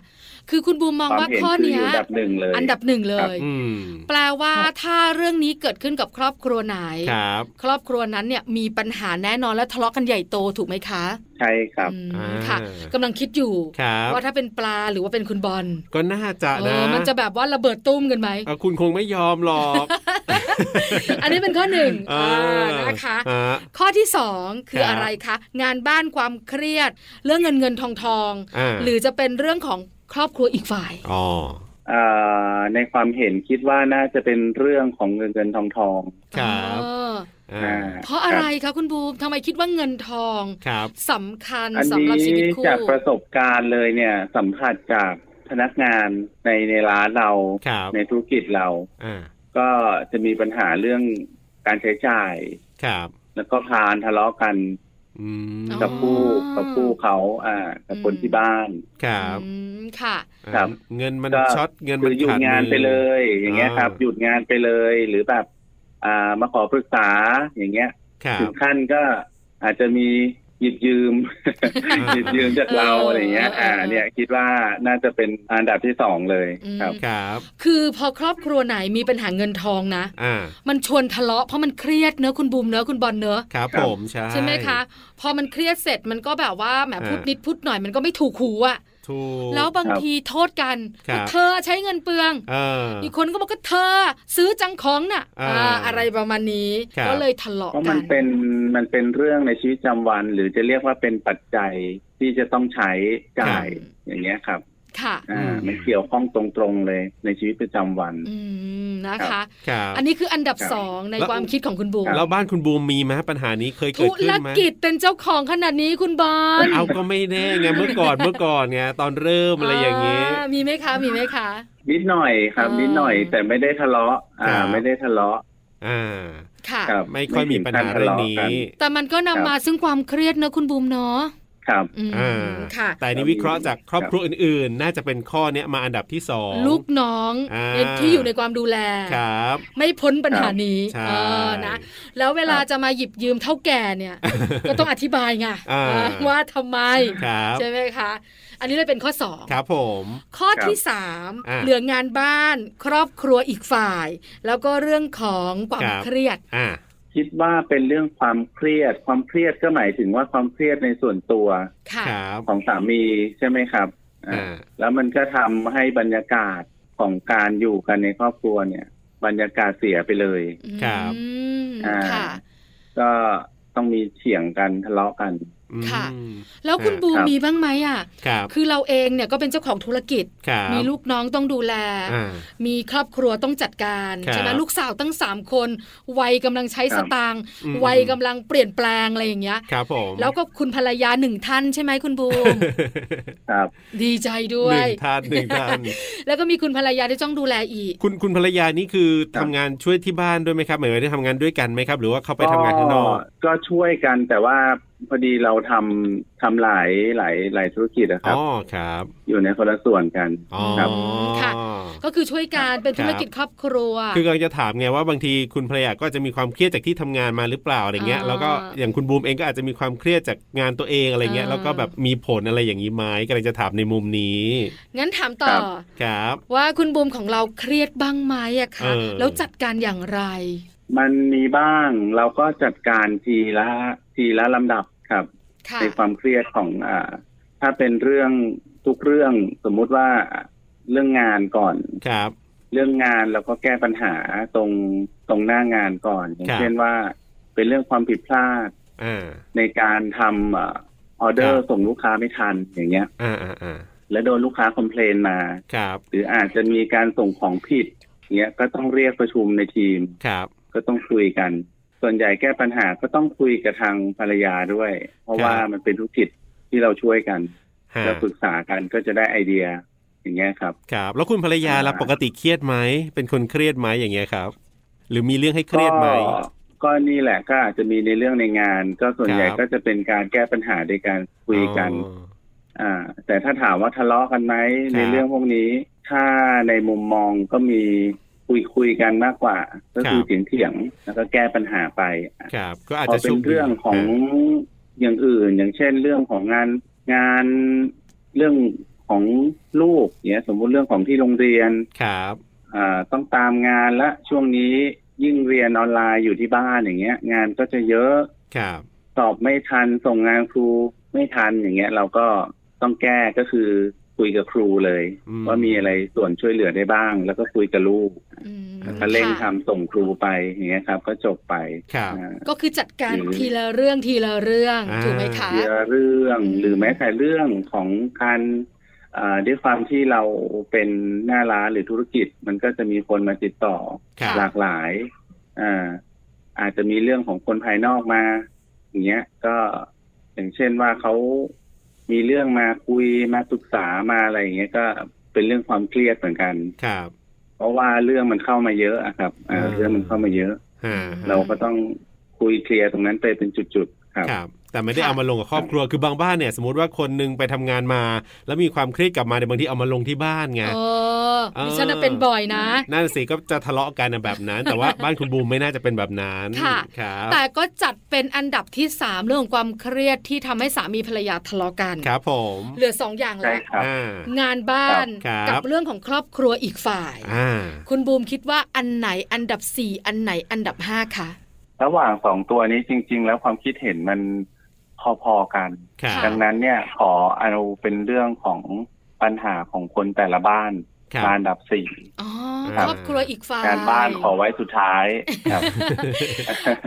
[SPEAKER 1] คือคุณบูมมอง
[SPEAKER 5] ความ
[SPEAKER 1] ว่า
[SPEAKER 5] เห็น
[SPEAKER 1] ข้อ
[SPEAKER 5] คือ
[SPEAKER 1] เนี้
[SPEAKER 5] อย ยู่อันดับหนึ่งเลย
[SPEAKER 1] อันดับหนึ่งเลย
[SPEAKER 2] อืม
[SPEAKER 1] แปลว่าถ้าเรื่องนี้เกิดขึ้นกับครอบครัวไหน
[SPEAKER 2] ครับ
[SPEAKER 1] ครอบครัวนั้นเนี่ยมีปัญหาแน่นอนและทะเลาะกันใหญ่โตถูกไหมคะ
[SPEAKER 5] ใช่ครับ
[SPEAKER 1] อืม
[SPEAKER 2] อ่า
[SPEAKER 1] ค่ะกำลังคิดอยู่
[SPEAKER 2] ครับ
[SPEAKER 1] ว่าถ้าเป็นปลาหรือว่าเป็นคุณบอล
[SPEAKER 2] ก็น่าจะ
[SPEAKER 1] เอ
[SPEAKER 2] นะ
[SPEAKER 1] อมันจะแบบว่าระเบิดตุ้ม กันไหม
[SPEAKER 2] เอ่อคุณคงไม่ยอมหรอก
[SPEAKER 1] อันนี้เป็นข้อหนึ่ง
[SPEAKER 2] เออ
[SPEAKER 1] เออนะคะ
[SPEAKER 2] ฮะ
[SPEAKER 1] ข้อที่สองคือ
[SPEAKER 2] ครับ
[SPEAKER 1] อะไรคะ งานบ้านความเครียด เรื่องเงินเงินทองทอง
[SPEAKER 2] อ่า
[SPEAKER 1] หรือจะเป็นเรื่องของครอบครัวอีกฝ่าย
[SPEAKER 2] อ๋อ
[SPEAKER 5] เอ่อในความเห็นคิดว่าน่าจะเป็นเรื่องของเงินเงินทองทอง
[SPEAKER 2] ครับ
[SPEAKER 1] เออ
[SPEAKER 2] อ่า
[SPEAKER 5] อ่า
[SPEAKER 1] เพราะอะไร
[SPEAKER 5] คบ
[SPEAKER 1] คะคุณบูมทำไมคิดว่าเงินทอง
[SPEAKER 2] ครับ
[SPEAKER 1] สำคัญ
[SPEAKER 5] อัน
[SPEAKER 1] สำหรับชีวิต
[SPEAKER 5] นี้
[SPEAKER 1] คู่
[SPEAKER 5] จากประสบการณ์เลยเนี่ยสัมผัสจากพนักงานในในร้านเรา
[SPEAKER 2] ครับ
[SPEAKER 5] ในธุรกิจเรา
[SPEAKER 2] อ่า
[SPEAKER 5] ก็จะมีปัญหาเรื่องการใช้จ่าย
[SPEAKER 2] ครับ
[SPEAKER 5] แล้วก็พานทะเลาะกัน
[SPEAKER 2] อืม
[SPEAKER 5] กับคู่กับคู่เขาอ่ากับคนที่บ้าน
[SPEAKER 2] ครับ
[SPEAKER 1] อืมค่ะ
[SPEAKER 5] ครับ
[SPEAKER 2] เงินมัน
[SPEAKER 5] ก็
[SPEAKER 2] ช็อตเงิน
[SPEAKER 5] คื
[SPEAKER 2] มัน
[SPEAKER 5] อหยุด
[SPEAKER 2] ขาด
[SPEAKER 5] งานไปเล
[SPEAKER 2] มือ
[SPEAKER 5] ย อย่างเงี้ยครับ
[SPEAKER 2] อ่า
[SPEAKER 5] หยุดงานไปเลย หรือแบบอ่ามาขอปรึกษาอย่างเงี้ย
[SPEAKER 2] ครั
[SPEAKER 5] ถึ
[SPEAKER 2] บ
[SPEAKER 5] งขั้นก็อาจจะมีหยิบยื ม หยิบยืมจากเรา
[SPEAKER 1] เอออ
[SPEAKER 5] อะไรเงี้ย อ่า
[SPEAKER 1] เออ
[SPEAKER 5] เนี่ยคิดว่าน่าจะเป็นอันดับที่สองเลย
[SPEAKER 1] อืม
[SPEAKER 5] ครับ
[SPEAKER 2] ครับ
[SPEAKER 1] คือพอครอบครัวไหนมีปัญหาเงินทองนะ
[SPEAKER 2] อ่า
[SPEAKER 1] มันชวนทะเลาะเพราะมันเครียดเนอะคุณบูมเนอะคุณบอลเนอะ
[SPEAKER 2] ครับ
[SPEAKER 5] ครับ
[SPEAKER 2] ผมใช่
[SPEAKER 1] ใช่ไหมคะ พอมันเครียดเสร็จมันก็แบบว่าแหม
[SPEAKER 2] อ่า
[SPEAKER 1] พูดนิดพูดหน่อยมันก็ไม่ถูกหูอะ
[SPEAKER 2] ถูก
[SPEAKER 1] แล้วบาง
[SPEAKER 5] ครับ
[SPEAKER 1] ทีโทษกัน
[SPEAKER 2] ครับ
[SPEAKER 1] เธอใช้เงินเปลือง
[SPEAKER 2] เออ
[SPEAKER 1] อีกคนก็บอกก็เธอซื้อจังของน่ะ
[SPEAKER 2] อ่า
[SPEAKER 1] อ่าอะไรประมาณนี้
[SPEAKER 2] ครับ
[SPEAKER 1] ก็เลยทะเลาะ
[SPEAKER 5] เพราะ
[SPEAKER 1] กั
[SPEAKER 5] มัน นเป็นมันเป็นเรื่องในชีวิตประจำวัน หรือจะเรียกว่าเป็นปัจจัยที่จะต้องใช้จ่าย
[SPEAKER 1] ครับ
[SPEAKER 5] อย่างเงี้ยครับ
[SPEAKER 1] ค่ะ
[SPEAKER 5] อ่า
[SPEAKER 2] อืม
[SPEAKER 5] มันเกี่ยวข้องตรงๆเลยในชีวิตประจำวัน
[SPEAKER 1] อืมนะ
[SPEAKER 5] ครั
[SPEAKER 1] คะ
[SPEAKER 5] บ
[SPEAKER 2] ครับ
[SPEAKER 1] อันนี้คืออันดับ
[SPEAKER 5] ครับ
[SPEAKER 1] สองใน
[SPEAKER 2] แล้ว
[SPEAKER 1] ความคิดของคุณบูม
[SPEAKER 5] ครับ
[SPEAKER 2] แล้วบ้านคุณบูมมีไหมปัญหานี้เคย
[SPEAKER 1] ธุ
[SPEAKER 2] เกิดขึ้
[SPEAKER 1] ร
[SPEAKER 2] นไหม
[SPEAKER 1] กิจเป็นเจ้าของขนาดนี้คุณบอล
[SPEAKER 2] เอาก็ไม่แน่ไงเมื่อก่อนเมื่อก่อนไงตอนเริ่มอะไรอย่าง
[SPEAKER 1] นี้
[SPEAKER 2] งี้
[SPEAKER 1] มีไหมคะมีไหมคะ
[SPEAKER 5] นิดหน่อยครับ
[SPEAKER 1] อ่านิ
[SPEAKER 5] นิดหน่อยแต่ไม่ได้ทะเลาะ
[SPEAKER 2] ครั
[SPEAKER 5] อ่า
[SPEAKER 2] บ
[SPEAKER 5] ไม่ได้ทะเลาะ
[SPEAKER 2] อ่า
[SPEAKER 1] ค่ะ
[SPEAKER 5] ครับ
[SPEAKER 2] ไม่ค่อยมีปัญหาเรื่องนี้
[SPEAKER 1] แต่มันก็นำ
[SPEAKER 5] ครับ
[SPEAKER 1] มาซึ่งความเครียดนะคุณบูมเนาะ
[SPEAKER 5] ครับ
[SPEAKER 1] อืม
[SPEAKER 2] อ่า
[SPEAKER 1] ค่ะ
[SPEAKER 2] แต่นี่วิเคราะห์จากครอบครัวอื่นๆ น่าจะเป็นข้อเนี้ยมาอันดับที่สอง
[SPEAKER 1] ลูกน้อง
[SPEAKER 2] อ่า
[SPEAKER 1] ในที่อยู่ในความดูแล
[SPEAKER 2] ครับ
[SPEAKER 1] ไม่พ้นปัญหานี้
[SPEAKER 2] ใช่
[SPEAKER 1] เออนะ แล้วเวลา
[SPEAKER 5] ครับ
[SPEAKER 1] จะมาหยิบยืมเท่าแก่เนี่ย ก็ต้องอธิบายไง
[SPEAKER 2] อ่า
[SPEAKER 1] เออว่าทำไม
[SPEAKER 2] ครับ
[SPEAKER 1] ใช่ไหมคะ อันนี้เลยเป็นข้อ 2
[SPEAKER 2] ครับผม
[SPEAKER 1] ข้อ
[SPEAKER 5] ครับ
[SPEAKER 1] ที่ 3
[SPEAKER 2] อ่า
[SPEAKER 1] เหลืองานบ้าน ครอบครัวอีกฝ่าย แล้วก็เรื่องของความ
[SPEAKER 2] ครับ
[SPEAKER 1] เครียด
[SPEAKER 2] อ่า
[SPEAKER 5] คิดว่าเป็นเรื่องความเครียด ความเครียดก็หมายถึงว่าความเครียดในส่วนตัว
[SPEAKER 1] ค่ะ
[SPEAKER 2] ครับ
[SPEAKER 5] ของสามีใช่ไหมครับอ่า
[SPEAKER 2] อ่า
[SPEAKER 5] แล้วมันก็ทำให้บรรยากาศของการอยู่กันในครอบครัวเนี่ย บรรยากาศเสียไปเลย
[SPEAKER 2] ครับ
[SPEAKER 1] อืม
[SPEAKER 5] อ่า
[SPEAKER 1] ค่ะ
[SPEAKER 5] ก็ต้องมีเถียงกันทะเลาะกัน
[SPEAKER 2] อืม
[SPEAKER 1] ค่ะ แล้วคุณบูม
[SPEAKER 5] ครับ
[SPEAKER 1] มีบ้างไหมอ่ะ
[SPEAKER 2] ครับ
[SPEAKER 1] คือเราเองเนี่ยก็เป็นเจ้าของธุรกิจ
[SPEAKER 2] ครับ
[SPEAKER 1] มีลูกน้องต้องดูแล
[SPEAKER 2] อ่า
[SPEAKER 1] มีครอบครัวต้องจัดการ
[SPEAKER 2] ครับ
[SPEAKER 1] ใช่ไหมลูกสาวตั้งสามคนวัยกำลังใช้
[SPEAKER 5] ค
[SPEAKER 1] ส
[SPEAKER 5] รับ
[SPEAKER 1] ตางค์
[SPEAKER 2] อืม
[SPEAKER 1] วัยกำลังเปลี่ยนแปลงอะไรอย่างเงี้ย
[SPEAKER 2] ครับผม
[SPEAKER 1] แล้ว ก็คุณภรรยาหนึ่งท่านใช่ไหมคุณบูม
[SPEAKER 5] ครับ
[SPEAKER 1] ดีใจด้ว
[SPEAKER 2] หนึ่
[SPEAKER 1] ย
[SPEAKER 2] งท่านหนึ่งท่าน
[SPEAKER 1] แล้วก็มีคุณภรรยาที่ต้องดูแลอีก
[SPEAKER 2] คุณคุณภรรยานี่คือ
[SPEAKER 5] ครั
[SPEAKER 2] ทำ
[SPEAKER 5] บ
[SPEAKER 2] งานช่วยที่บ้านด้วยไหมครับหมายถึงได้ทำงานด้วยกันไหมครับ หรือว่าเขาไปทำงานข้างนอก
[SPEAKER 5] ก็ช่วยกันแต่ว่าพอดีเราทำทำหลายหลายหลายธุรกิจนะครับ
[SPEAKER 2] อ๋อครับ
[SPEAKER 5] อยู่ในคนละส่วนกัน
[SPEAKER 2] อ๋อ
[SPEAKER 1] ครับ ก็คือช่วยการเป็นธุรกิจครอบครัว
[SPEAKER 2] คือกำลังจะถามไงว่าบางทีคุณภรรยาก็อาจจะมีความเครียดจากที่ทำงานมาหรือเปล่าอะไรเงี้ย
[SPEAKER 1] อ่า
[SPEAKER 2] แล้วก็อย่างคุณบูมเองก็อาจจะมีความเครียดจากงานตัวเองอะไรเงี้ย
[SPEAKER 1] อ่า
[SPEAKER 2] แล้วก็แบบมีผลอะไรอย่างนี้ไหมกำลังจะถามในมุมนี้
[SPEAKER 1] งั้นถามต่อ
[SPEAKER 5] ครับ
[SPEAKER 2] ครับ
[SPEAKER 1] ว่าคุณบูมของเราเครียดบ้างไหมอะคะ
[SPEAKER 2] เออ
[SPEAKER 1] แล้วจัดการอย่างไร
[SPEAKER 5] มันมีบ้างเราก็จัดการทีละทีละลำดับครับ
[SPEAKER 1] ค่ะ
[SPEAKER 5] ในความเครียดของอ่าถ้าเป็นเรื่องทุกเรื่องสมมุติว่าเรื่องงานก่อน
[SPEAKER 2] ครับ
[SPEAKER 5] เรื่องงานเราก็แก้ปัญหาตรงตรงหน้างานก่อน อย่างเช่นว่าเป็นเรื่องความผิดพลาด
[SPEAKER 2] อ่า
[SPEAKER 5] ในการทำเออเดอ
[SPEAKER 2] ครั
[SPEAKER 5] ร์
[SPEAKER 2] บ
[SPEAKER 5] ส่งลูกค้าไม่ทันอย่างเงี้ย
[SPEAKER 2] อ่าอ่าอ่า
[SPEAKER 5] แล้วโดนลูกค้าคอมเพลนมา
[SPEAKER 2] ครับ
[SPEAKER 5] หรืออาจจะมีการส่งของผิดเงี้ยก็ต้องเรียกประชุมในทีม
[SPEAKER 2] ครับ
[SPEAKER 5] ก็ต้องคุยกัน ส่วนใหญ่แก้ปัญหาก็ต้องคุยกับทางภรรยาด้วย เพราะ
[SPEAKER 2] ครับ
[SPEAKER 5] ว่ามันเป็นธุรกิจที่เราช่วยกัน
[SPEAKER 2] ฮะ
[SPEAKER 5] จะปรึกษากันก็จะได้ไอเดียอย่างเงี้ยครับ
[SPEAKER 2] ครับแล้วคุณภรรยาล่ะ
[SPEAKER 5] อ่า
[SPEAKER 2] ปกติเครียดไหมเป็นคนเครียดไหมอย่างเงี้ยครับ หรือมีเรื่องให้เครียดไหม
[SPEAKER 5] ก็ก็นี่แหละก็อาจจะมีในเรื่องในงาน ก็ส่วนใหญ่
[SPEAKER 2] ครับ
[SPEAKER 5] ก็จะเป็นการแก้ปัญหาโดยการคุยกัน
[SPEAKER 2] อ๋อ
[SPEAKER 5] อ่า แต่ถ้าถามว่าทะเลาะกันไหม
[SPEAKER 2] ครับ
[SPEAKER 5] ในเรื่องพวกนี้ ถ้าในมุมมองก็มี คุยคุยกันมากกว่า ก็คือ
[SPEAKER 2] ครับ
[SPEAKER 5] เถียงเถียงๆแล้วก็แก้ปัญหาไป
[SPEAKER 2] ครับ ก็อาจ
[SPEAKER 5] พอ
[SPEAKER 2] จะ
[SPEAKER 5] เป็น
[SPEAKER 2] โชคดี
[SPEAKER 5] เรื่องของอย่างอื่น อย่างเช่น เรื่องของงานงานเรื่องของลูกเนี่ยสมมุติเรื่องของที่โรงเรียน
[SPEAKER 2] ครับ
[SPEAKER 5] อ่าต้องตามงานและช่วงนี้ยิ่งเรียนออนไลน์อยู่ที่บ้านอย่างเงี้ย งานก็จะเยอะ
[SPEAKER 2] ครับ
[SPEAKER 5] สอบไม่ทันส่งงานครูไม่ทันอย่างเงี้ย เราก็ต้องแก้ก็คือคุยกับครูเลย
[SPEAKER 2] อืม
[SPEAKER 5] ว่ามีอะไรส่วนช่วยเหลือได้บ้าง แล้วก็คุยกับลูก
[SPEAKER 1] อืม
[SPEAKER 5] ก็เร่งทำ
[SPEAKER 1] ค่ะ
[SPEAKER 5] ส่งครูไปอย่างเงี้ยครับ ก็จบไป
[SPEAKER 2] ครับ
[SPEAKER 5] อ่า
[SPEAKER 1] ก็คือจัดการ
[SPEAKER 5] อืม
[SPEAKER 1] ทีละเรื่องทีละเรื่อง
[SPEAKER 2] อ่า
[SPEAKER 1] ถูกไหมคะ
[SPEAKER 5] เรื่องเรื่องหรือแม้แต่เรื่องของการอ่าด้วยความที่เราเป็นหน้าร้านหรือธุรกิจ มันก็จะมีคนมาติดต่อ
[SPEAKER 2] ครับ
[SPEAKER 5] หลากหลายอ่าอาจจะมีเรื่องของคนภายนอกมาอย่างเงี้ย ก็อย่างเช่นว่าเขามีเรื่องมาคุยมาปรึกษามาอะไรอย่างเงี้ยก็เป็นเรื่องความเครียดเหมือนกัน
[SPEAKER 2] ครับ
[SPEAKER 5] เพราะว่าเรื่องมันเข้ามาเยอะอะครับอ่า
[SPEAKER 2] อ่า
[SPEAKER 5] เรื่องมันเข้ามาเยอะ
[SPEAKER 2] ฮะ
[SPEAKER 1] อืม
[SPEAKER 5] เราก็ต้องคุยเคลียร์ตรงนั้นไปเป็นจุดๆครับ
[SPEAKER 2] ครับ แต่ไม่ได้
[SPEAKER 1] ค่ะ
[SPEAKER 2] เอามาลงกับครอบครัว คือบางบ้านเนี่ย สมมติว่าคนหนึงไปทำงานมา แล้วมีความเครียดกลับมาในยบางทีเอามาลงที่บ้านไง
[SPEAKER 1] เออ
[SPEAKER 2] เออ
[SPEAKER 1] ดิฉันน่ะเป็นบ่อยนะ
[SPEAKER 2] นั่นสิก็จะทะเลาะกันนะแบบนั้น แต่ว่าบ้านคุณบูมไม่น่าจะเป็นแบบนั้น
[SPEAKER 1] ค่ะ
[SPEAKER 2] ครับ
[SPEAKER 1] แต่ก็จัดเป็นอันดับที่สามเรื่องของความเครียดที่ทำให้สามีภรรยาทะเลาะกัน
[SPEAKER 2] ครับผม
[SPEAKER 1] เหลือสองอย่าง
[SPEAKER 5] ใช่
[SPEAKER 1] แล้ว
[SPEAKER 5] ครับ
[SPEAKER 2] อ่า
[SPEAKER 1] งานบ้าน
[SPEAKER 2] ครับ
[SPEAKER 1] กัเรื่องของครอบครัวอีกฝ่าย
[SPEAKER 2] อ่า
[SPEAKER 1] คุณบูมคิดว่าอันไหนอันดับสี่อันไหนอันดับห้าคะ
[SPEAKER 5] ระหว่างสองตัวนี้จริง ๆ แล้วความคิดเห็นมันพอๆกัน
[SPEAKER 2] ครั
[SPEAKER 1] ค่ะ
[SPEAKER 5] ดั
[SPEAKER 2] บ
[SPEAKER 5] งนั้นเนี่ยขอเอาเป็นเรื่องของปัญหาของคนแต่ละบ้าน
[SPEAKER 2] ครั
[SPEAKER 5] มา
[SPEAKER 2] บ
[SPEAKER 5] อันดับสี่
[SPEAKER 1] อ๋อ
[SPEAKER 2] ครับ
[SPEAKER 1] ครอบครัวอีกฝ่าย
[SPEAKER 5] การบ้านขอไว้สุดท้ายครับ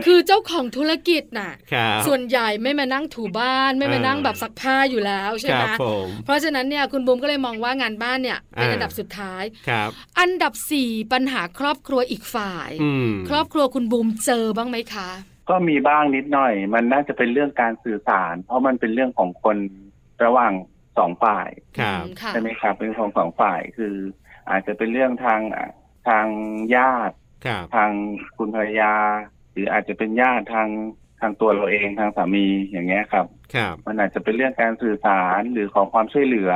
[SPEAKER 1] คือเจ้าของธุรกิจน่ะ
[SPEAKER 2] ครับ
[SPEAKER 1] ส่วนใหญ่ไม่มานั่งถูบ้านไม่มานั่งแบบซักผ้าอยู่แล้วใช่
[SPEAKER 2] ค
[SPEAKER 1] ไห
[SPEAKER 2] รั
[SPEAKER 1] ม
[SPEAKER 2] บผม
[SPEAKER 1] เพราะฉะนั้นเนี่ยคุณบูมก็เลยมองว่างานบ้านเนี่ยเป็น
[SPEAKER 2] อ่า
[SPEAKER 1] อันดับสุดท้าย
[SPEAKER 2] ครับ
[SPEAKER 1] อันดับสี่ปัญหาครอบครัวอีกฝ่าย
[SPEAKER 2] อืม
[SPEAKER 1] ครอบครัวคุณบูมเจอบ้างไหมคะ
[SPEAKER 5] ก็มีบ้างนิดหน่อย มันน่าจะเป็นเรื่องการสื่อสาร เพราะมันเป็นเรื่องของคนระหว่างสองฝ่าย
[SPEAKER 2] ครับ
[SPEAKER 1] อืมค่ะ
[SPEAKER 5] ใช่ไหมครับเป็นของสองฝ่ายคือ อาจจะเป็นเรื่องทางทางญาติ
[SPEAKER 2] ครับ
[SPEAKER 5] ทางคุณภรรยา หรืออาจจะเป็นญาติทางทางตัวเราเองทางสามีอย่างเงี้ยครับ
[SPEAKER 2] ครับ
[SPEAKER 5] มันอาจจะเป็นเรื่องการสื่อสารหรือขอความช่วยเหลือ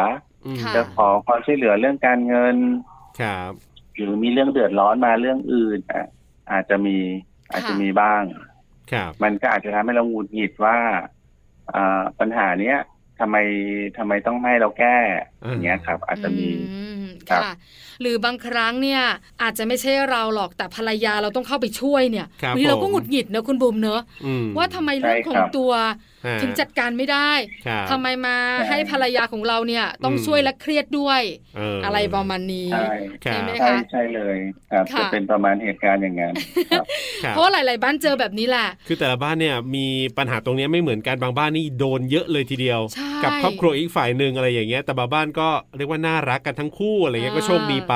[SPEAKER 2] อืม
[SPEAKER 1] ค่ะ
[SPEAKER 5] จะขอความช่วยเหลือเรื่องการเงิน
[SPEAKER 2] ครับ
[SPEAKER 5] หรือมีเรื่องเดือดร้อนมาเรื่องอื่นอ่ะอาจจะมีอาจจะมีบ้าง
[SPEAKER 2] ครับ
[SPEAKER 5] มันก็อาจจะทำให้เราหงุดหงิดว่าอ่าปัญหาเนี้ยทำไมทำไมต้องให้เราแก้
[SPEAKER 2] อืม
[SPEAKER 5] อย่างเงี้ยครับ อาจจะมี
[SPEAKER 1] อืม
[SPEAKER 5] ครับ
[SPEAKER 1] ค่ะ หรือบางครั้งเนี่ยอาจจะไม่ใช่เราหรอกแต่ภรรยาเราต้องเข้าไปช่วยเนี่ย
[SPEAKER 2] ครับ
[SPEAKER 1] วันนี้เราก็
[SPEAKER 2] ผม
[SPEAKER 1] หงุดหงิดนะคุณบุ๋มเนอะ
[SPEAKER 2] อืม
[SPEAKER 1] ว่าทำไมเรื่องของตัว
[SPEAKER 2] ฮะ
[SPEAKER 1] ถึงจัดการไม่ได้
[SPEAKER 2] ครับ
[SPEAKER 1] ทำไมมา
[SPEAKER 5] ใช่
[SPEAKER 1] ให้ภรรยาของเราเนี่ยต้อง
[SPEAKER 2] อืม
[SPEAKER 1] ช่วยและเครียดด้วย
[SPEAKER 2] เ
[SPEAKER 1] อะไรประมาณนี้
[SPEAKER 5] ใช่
[SPEAKER 2] ครั
[SPEAKER 1] ใช่
[SPEAKER 2] บ
[SPEAKER 1] ไหม
[SPEAKER 5] ใช่ใช่เลยครับ
[SPEAKER 1] ค่ะ
[SPEAKER 5] จะเป็นประมาณเหตุการณ์อย่างนั้นครับ
[SPEAKER 2] ครับ
[SPEAKER 1] เพราะว่าหลาย ๆ บ้านเจอแบบนี้แหละ
[SPEAKER 2] คือแต่ละบ้านเนี่ยมีปัญหาตรงเนี้ยไม่เหมือนกันบางบ้านนี่โดนเยอะเลยทีเดียว
[SPEAKER 1] ใช่
[SPEAKER 2] กับครอบครัวอีกฝ่ายหนึ่งอะไรอย่างเงี้ยแต่บางบ้านก็เรียกว่าน่ารักกันทั้งคู่อะไรเงี้ยก็
[SPEAKER 1] อ่า
[SPEAKER 2] โชคดีไป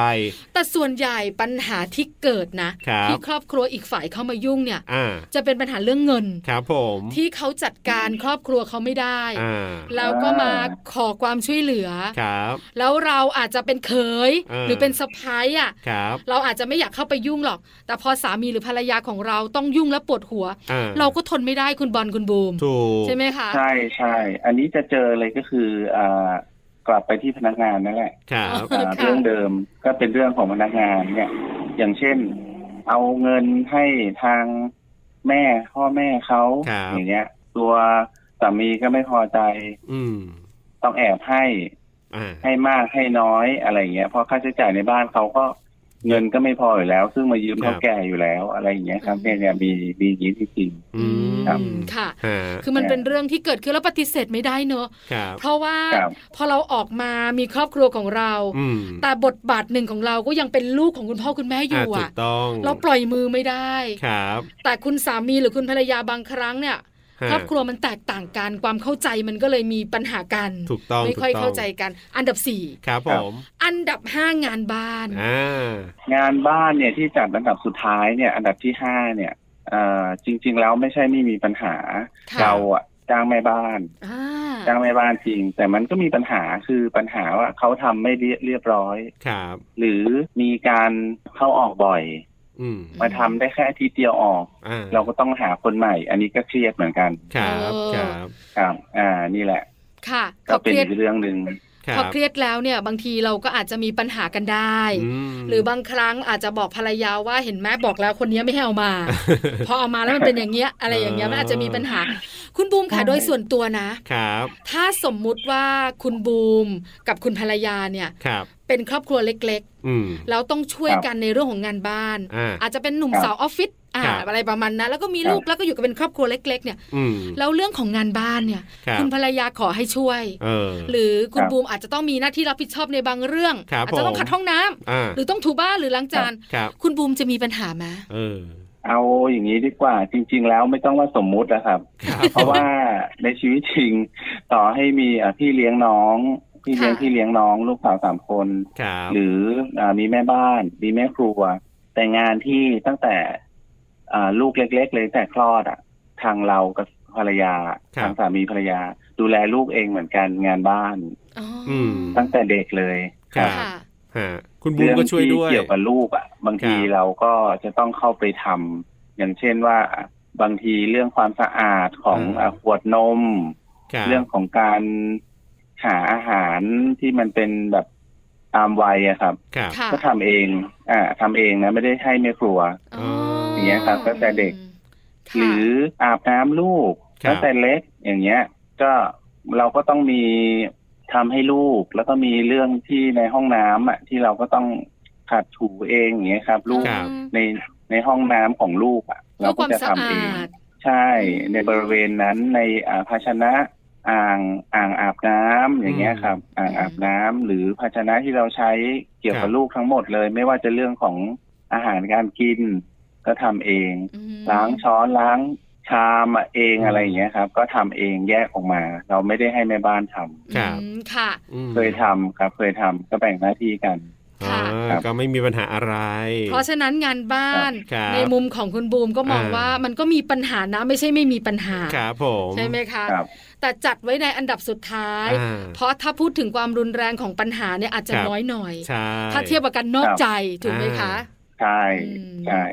[SPEAKER 1] แต่ส่วนใหญ่ปัญหาที่เกิดนะ
[SPEAKER 2] ครับ
[SPEAKER 1] ที่ครอบครัวอีกฝ่ายเข้ามายุ่งเนี่ย
[SPEAKER 2] อ่า
[SPEAKER 1] จะเป็นปัญหาเรื่องเงิน
[SPEAKER 2] ครับผม
[SPEAKER 1] ที่เขาจัดการครอบครัวเขาไม่ได้
[SPEAKER 2] อ่า
[SPEAKER 1] แล้วก็มาขอความช่วยเหลือ
[SPEAKER 2] ครับ
[SPEAKER 1] แล้วเราอาจจะเป็นเขย
[SPEAKER 2] เออ
[SPEAKER 1] หรือเป็นสะพ้ายอ่ะ
[SPEAKER 2] ครับ
[SPEAKER 1] เราอาจจะไม่อยากเข้าไปยุ่งหรอก แต่พอสามีหรือภรรยาของเราต้องยุ่งและปวดหัว
[SPEAKER 2] อ่า
[SPEAKER 1] เราก็ทนไม่ได้คุณบอลคุณบูม
[SPEAKER 2] ถูก
[SPEAKER 1] ใช่ไหมคะ
[SPEAKER 5] ใช่ใช่ อันนี้จะเจอเลยก็คือเอ่อกลับไปที่พนักงานนั่นแหละ
[SPEAKER 2] ครับ
[SPEAKER 5] เอ่อเรื่องเดิมก็เป็นเรื่องของพนักงานเนี่ย อย่างเช่น เอาเงินให้ทางแม่พ่อแม่เขาอย่างเงี้ย ตัวสามีก็ไม่พอใจ
[SPEAKER 2] อืม
[SPEAKER 5] ต้องแอบให้
[SPEAKER 2] อ่า
[SPEAKER 5] ให้มากให้น้อยอะไรอย่างเงี้ยเพราะค่าใช้จ่ายในบ้านเขาก็เงินก็ไม่พออยู่แล้ว ซึ่งมายืมเขาแก่อยู่แล้วอะไรอย่างเงี้ยครับเนี่ยเนี่ยมีมีอย่างนี้จริง
[SPEAKER 2] อืม
[SPEAKER 5] ครับ
[SPEAKER 1] ค่ะ
[SPEAKER 2] ฮะ
[SPEAKER 1] คือมันเป็นเรื่องที่เกิดขึ้นแล้วปฏิเสธไม่ได้เนอะ
[SPEAKER 2] ครับ
[SPEAKER 1] เพราะว่า
[SPEAKER 5] ครับ
[SPEAKER 1] พอเราออกมามีครอบครัวของเรา
[SPEAKER 2] อืม
[SPEAKER 1] แต่บทบาทหนึ่งของเราก็ยังเป็นลูกของคุณพ่อคุณแม่อายู่
[SPEAKER 2] ถู
[SPEAKER 1] อ่ะ
[SPEAKER 2] กต้อง
[SPEAKER 1] เราปล่อยมือไม่ได้
[SPEAKER 2] ครับ
[SPEAKER 1] แต่คุณสามีหรือคุณภรรยาบางครั้งเนี่ย
[SPEAKER 2] ฮะ
[SPEAKER 1] ครอบครัวมันแตกต่างกันความเข้าใจมันก็เลยมีปัญหากัน
[SPEAKER 2] ถูกต้อง
[SPEAKER 1] ไม่ค่อย
[SPEAKER 2] ถูกต้ง
[SPEAKER 1] เข้าใจกัน อันดับสี่
[SPEAKER 2] ครับผม
[SPEAKER 1] อันดับห้างานบ้าน
[SPEAKER 2] อ่า
[SPEAKER 5] งานบ้านเนี่ยที่จัดอันดับสุดท้ายเนี่ย อันดับที่ห้าเนี่ยเอ่อจริง ๆ แล้วไม่ใช่ไม่มีปัญหา
[SPEAKER 1] ค่ะ
[SPEAKER 5] เราอะจ้างแม่บ้าน
[SPEAKER 1] อ่า
[SPEAKER 5] จ้างแม่บ้านจริง แต่มันก็มีปัญหาคือปัญหาว่าเขาทำไม่เรียบร้อย
[SPEAKER 2] ครับ
[SPEAKER 5] หรือมีการเข้าออกบ่อย
[SPEAKER 2] อืม
[SPEAKER 5] มาทำได้แค่อาทิตย์เดียวออก
[SPEAKER 2] อ่า
[SPEAKER 5] เราก็ต้องหาคนใหม่ อันนี้ก็เครียดเหมือนกัน
[SPEAKER 2] ครับครับ
[SPEAKER 5] ครับ อ่านี่แหละ
[SPEAKER 1] ค่ะ
[SPEAKER 5] ก็
[SPEAKER 1] เขา
[SPEAKER 5] เป็น
[SPEAKER 1] เครียด
[SPEAKER 5] อีกเรื่องหนึ่ง
[SPEAKER 2] ค ครับ
[SPEAKER 1] พอเครียดแล้วเนี่ยบางทีเราก็อาจจะมีปัญหากันได้
[SPEAKER 2] อืม
[SPEAKER 1] หรือบางครั้งอาจจะบอกภรรยาว่าเห็นแม่บอกแล้วคนนี้ไม่ให้เอา มา พอเอามาแล้วมันเป็นอย่างเงี้ยอะไรอย่างเงี้ยมันอาจจะมีปัญหา คุณบูมค่ะโดยส่วนตัวนะ
[SPEAKER 2] ครับ
[SPEAKER 1] ถ้าสมมุติว่าคุณบูมกับคุณภรรยาเนี่ย
[SPEAKER 2] ครับ
[SPEAKER 1] เป็นครอบครัวเล็ก
[SPEAKER 2] อืม
[SPEAKER 1] ๆ แล้วต้องช่วย
[SPEAKER 5] ครับ
[SPEAKER 1] กันในเรื่องของงานบ้าน
[SPEAKER 2] อ่า
[SPEAKER 1] อาจจะเป็นหนุ่ม
[SPEAKER 5] ครับ
[SPEAKER 1] สาวออฟฟิศอ่า
[SPEAKER 2] ครับ
[SPEAKER 1] อะไรประมาณนั้นแล้วก็มี
[SPEAKER 5] ครับ
[SPEAKER 1] ลูกแล้วก็อยู่กันเป็นครอบครัวเล็ก ๆ เนี่ย
[SPEAKER 2] อืม
[SPEAKER 1] แล้วเรื่องของงานบ้านเนี่ย
[SPEAKER 2] รับ
[SPEAKER 1] คุณภรรยาขอให้ช่วย
[SPEAKER 2] เออ
[SPEAKER 1] หรือคุณ
[SPEAKER 5] ครับ
[SPEAKER 1] บูมอาจจะต้องมีหน้าที่รับผิดชอบในบางเรื่อง
[SPEAKER 2] ครับ
[SPEAKER 1] อาจจะต้อง
[SPEAKER 2] ผม
[SPEAKER 1] ขัดห้องน้ำ
[SPEAKER 2] อ่า
[SPEAKER 1] หรือต้องถูบ้านหรือล้างจาน
[SPEAKER 2] ครับ
[SPEAKER 1] คุณบูมจะมีปัญหาไหม
[SPEAKER 2] เออ
[SPEAKER 5] เอาอย่างนี้ดีกว่า จริง ๆ แล้วไม่ต้องว่าสมมุตินะครับ
[SPEAKER 2] ครับ
[SPEAKER 5] เพราะว่าในชีวิตจริง ต่อให้มีอ่ะพี่เลี้ยงน้อง พี่เลี้ยงพี่เลี้ยงน้อง ลูกสาวสามคน
[SPEAKER 2] ครับ
[SPEAKER 5] หรืออามีแม่บ้าน มีแม่ครัว แต่งานที่ตั้งแต่อ่าลูกเล็กๆเลยตั้งแต่คลอดอ่ะ ทางเรากับภรรยาทางสามีภรรยา ดูแลลูกเองเหมือนกันงานบ้าน
[SPEAKER 1] อ๋ออ
[SPEAKER 2] อืม
[SPEAKER 5] ตั้งแต่เด็กเลย
[SPEAKER 2] ครับ
[SPEAKER 1] ค่ะ
[SPEAKER 2] ฮะคุณบู
[SPEAKER 5] เรื่
[SPEAKER 2] ม
[SPEAKER 5] อง
[SPEAKER 2] ก็ช่วย
[SPEAKER 5] ที่
[SPEAKER 2] ด้วย
[SPEAKER 5] เกี่ยวกับลูกอ่ะ บางที
[SPEAKER 2] ครับ
[SPEAKER 5] เราก็จะต้องเข้าไปทำอย่างเช่นว่าบางทีเรื่องความสะอาดของอ่ะขวดนม
[SPEAKER 2] คบ
[SPEAKER 5] เรื่องของการหาอาหารที่มันเป็นแบบตามวัยอะครับ
[SPEAKER 2] ครับ
[SPEAKER 1] ค่ะ
[SPEAKER 5] ก็ทำเอง อ่าทำเองนะ ไม่ได้ให้แม่ครัว
[SPEAKER 1] อ๋ออย่าง
[SPEAKER 5] เงี้ยครับตั้งแต่เด็ก ห
[SPEAKER 1] ค่ะ
[SPEAKER 5] รืออาบน้ำลูก
[SPEAKER 2] ครับ
[SPEAKER 5] ตั้งแต่เล็กอย่างเงี้ย ก็เราก็ต้องมีทำให้ลูก แล้วก็มีเรื่องที่ในห้องน้ำอ่ะที่เราก็ต้องขัดถูเองอย่างเงี้ยครับ ลูก
[SPEAKER 2] ครับ
[SPEAKER 5] ในในห้องน้ำของลูกอ่ะ เรา
[SPEAKER 1] เพื่อความ
[SPEAKER 5] ก็จะ
[SPEAKER 1] สะ
[SPEAKER 5] ทำ
[SPEAKER 1] อา
[SPEAKER 5] เอง
[SPEAKER 1] ด
[SPEAKER 5] ใช่ในบริเวณนั้นในอ่าภาชนะอ่างอ่างอาบน้ำอย่างเงี้ยครับ อ่างอาบน้ำหรือภาชนะที่เราใช้เกี่ยว
[SPEAKER 2] ครั
[SPEAKER 5] กับบ ลูกทั้งหมดเลย ไม่ว่าจะเรื่องของอาหารการกิน ก็ทำเอง
[SPEAKER 1] อืม
[SPEAKER 5] ล้างช้อนล้างชามเองอะไรอย่างเงี้ยครับ ก็ทำเองแยกออกมา เราไม่ได้ให้แม่บ้านทำ
[SPEAKER 2] ครับ
[SPEAKER 1] อืมค่ะ
[SPEAKER 2] อืม
[SPEAKER 5] เคยทำครับเคยทำก็แบ่งหน้าที่กัน
[SPEAKER 2] อ่า
[SPEAKER 5] ครับ
[SPEAKER 2] ก็ไม่มีปัญหาอะไร
[SPEAKER 1] เพราะฉะนั้นงานบ้าน
[SPEAKER 2] ครับ
[SPEAKER 1] ในมุมของคุณบูมก็มอง
[SPEAKER 2] อ่า
[SPEAKER 1] ว่ามันก็มีปัญหานะไม่ใช่ไม่มีปัญหา
[SPEAKER 2] ครับผม
[SPEAKER 1] ใช่ไหมคะ
[SPEAKER 5] ครับ
[SPEAKER 1] แต่จัดไว้ในอันดับสุดท้าย
[SPEAKER 2] อ่า
[SPEAKER 1] เพราะถ้าพูดถึงความรุนแรงของปัญหาเนี่ยอาจจะ
[SPEAKER 2] ครับ
[SPEAKER 1] น้อยหน่อย
[SPEAKER 2] ใช่
[SPEAKER 1] ถ้าเทียบกับการนอก
[SPEAKER 5] ครับ
[SPEAKER 1] ใจถูกไหมคะ
[SPEAKER 5] ใช่
[SPEAKER 1] อืม
[SPEAKER 5] ใช่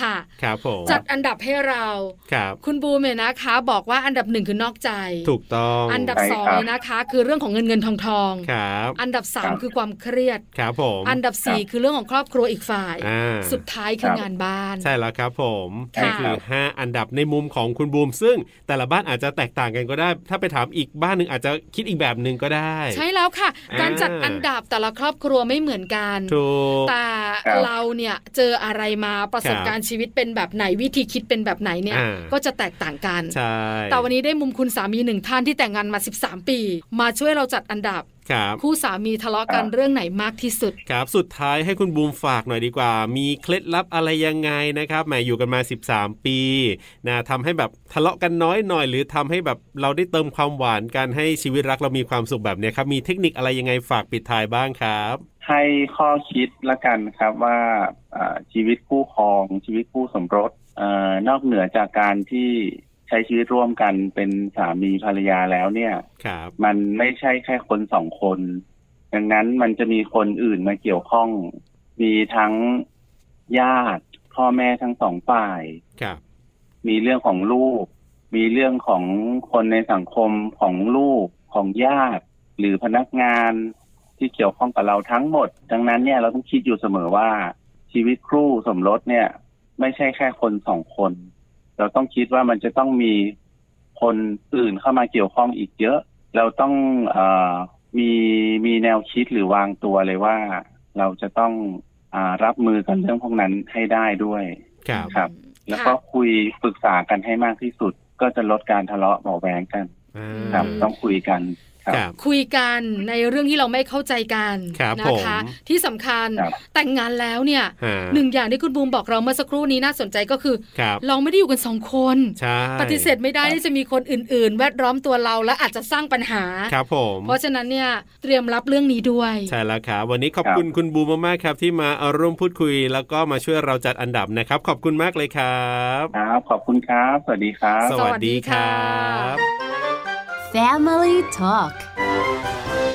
[SPEAKER 1] ค่ะ
[SPEAKER 2] ครับผม
[SPEAKER 1] จัดอันดับให้เรา
[SPEAKER 2] ครับ
[SPEAKER 1] คุณบูมเนี่ยนะคะ บอกว่าอันดับหนึ่งคือนอกใจ
[SPEAKER 2] ถูกต้อง
[SPEAKER 1] อันดับสองเลยนะคะ คือเรื่องของเงินเงินทองทอง
[SPEAKER 2] ครับ
[SPEAKER 1] อันดับสามคือความเครียด
[SPEAKER 2] ครับผม
[SPEAKER 1] อันดับสี่คือเรื่องของครอบครัวอีกฝ่าย
[SPEAKER 2] อ่า
[SPEAKER 1] สุดท้ายคืองานบ้าน
[SPEAKER 2] ใช่แล้วครับผม
[SPEAKER 1] ค่ะ
[SPEAKER 2] นี่คือ 5 อันดับในมุมของคุณบูม ซึ่งแต่ละบ้านอาจจะแตกต่างกันก็ได้ ถ้าไปถามอีกบ้านหนึ่งอาจจะคิดอีกแบบหนึ่งก็ได้
[SPEAKER 1] ใช่แล้วค่ะ
[SPEAKER 2] อ่า
[SPEAKER 1] การจัดอันดับแต่ละครอบครัวไม่เหมือนกัน
[SPEAKER 2] ถูก
[SPEAKER 1] แต่
[SPEAKER 5] ครับ
[SPEAKER 1] เราเนี่ยเจออะไรมาประสบการณ์ชีวิตเป็นแบบไหนวิธีคิดเป็นแบบไหนเนี่ย
[SPEAKER 2] อ่า
[SPEAKER 1] ก็จะแตกต่างกัน
[SPEAKER 2] ใช่
[SPEAKER 1] แต่วันนี้ได้มุมคุณสามีหนึ่งท่านที่แต่งงานมา 13 ปี มาช่วยเราจัดอันดับ
[SPEAKER 2] ครับ
[SPEAKER 1] คู่สามีทะเลาะกัน
[SPEAKER 5] ครับ
[SPEAKER 1] เรื่องไหนมากที่สุด
[SPEAKER 2] ครับ สุดท้ายให้คุณบูมฝากหน่อยดีกว่า มีเคล็ดลับอะไรยังไงนะครับแหมอยู่กันมา 13 ปีนะทำให้แบบทะเลาะกันน้อยหน่อย หรือทำให้แบบเราได้เติมความหวานกันให้ชีวิตรักเรามีความสุขแบบเนี้ยครับ มีเทคนิคอะไรยังไงฝากปิดท้ายบ้างครับ
[SPEAKER 5] ให้ข้อคิดละกันครับว่าอ่าชีวิตคู่ครอง ชีวิตคู่สมรสเอ่อนอกเหนือจากการที่ใช้ชีวิตร่วมกันเป็นสามีภรรยาแล้วเนี่ย
[SPEAKER 2] ครับ
[SPEAKER 5] มันไม่ใช่แค่คนสองคน ดังนั้นมันจะมีคนอื่นมาเกี่ยวข้อง มีทั้งญาติ พ่อแม่ทั้งสองฝ่าย
[SPEAKER 2] ครับ
[SPEAKER 5] มีเรื่องของลูก มีเรื่องของคนในสังคมของลูกของญาติ หรือพนักงานที่เกี่ยวข้องกับเราทั้งหมด ดังนั้นเนี่ยเราต้องคิดอยู่เสมอว่า ชีวิตคู่สมรสเนี่ย ไม่ใช่แค่คนสองคน เราต้องคิดว่ามันจะต้องมีคนอื่นเข้ามาเกี่ยวข้องอีกเยอะ เราต้องเออมีมีแนวคิดหรือวางตัวเลยว่า เราจะต้องอารับมือกับเรื่องพวกนั้นให้ได้ด้วย
[SPEAKER 2] ครับ
[SPEAKER 5] ครับ แล้วก็คุยปรึกษากันให้มากที่สุด ก็จะลดการทะเลาะเบาะแวงกัน
[SPEAKER 2] อ่า
[SPEAKER 5] ครับ
[SPEAKER 1] ม
[SPEAKER 5] ต้องคุยกันครับ
[SPEAKER 2] ครับ
[SPEAKER 1] คุยกันในเรื่องที่เราไม่เข้าใจกัน
[SPEAKER 2] ครับ
[SPEAKER 1] นะคะ
[SPEAKER 2] ผม
[SPEAKER 1] ที่สำคัญ
[SPEAKER 5] ครับ
[SPEAKER 1] แต่งงานแล้วเนี่ย
[SPEAKER 2] ฮะ
[SPEAKER 1] หนึ่งอย่างที่คุณบูมบอกเราเมื่อสักครู่นี้น่าสนใจก็คือ
[SPEAKER 2] ครับ
[SPEAKER 1] เราไม่ได้อยู่กันสองคน
[SPEAKER 2] ใช่
[SPEAKER 1] ปฏิเสธไม่ได้ที่จะมีคนอื่น ๆ แวดล้อมตัวเราและอาจจะสร้างปัญหา
[SPEAKER 2] ครับผม
[SPEAKER 1] เพราะฉะนั้นเนี่ยเตรียมรับเรื่องนี้ด้วย
[SPEAKER 2] ใช่แล้วครับวันนี้ขอบ
[SPEAKER 5] ครับ
[SPEAKER 2] คุณคุณบูมมากๆครับ ที่มาร่วมพูดคุย แล้วก็มาช่วยเราจัดอันดับนะครับ ขอบคุณมากเลยครับ
[SPEAKER 5] ครับขอบคุณครับ สวัสดีครับ
[SPEAKER 1] สวัสดีค่ะ
[SPEAKER 4] Family Talk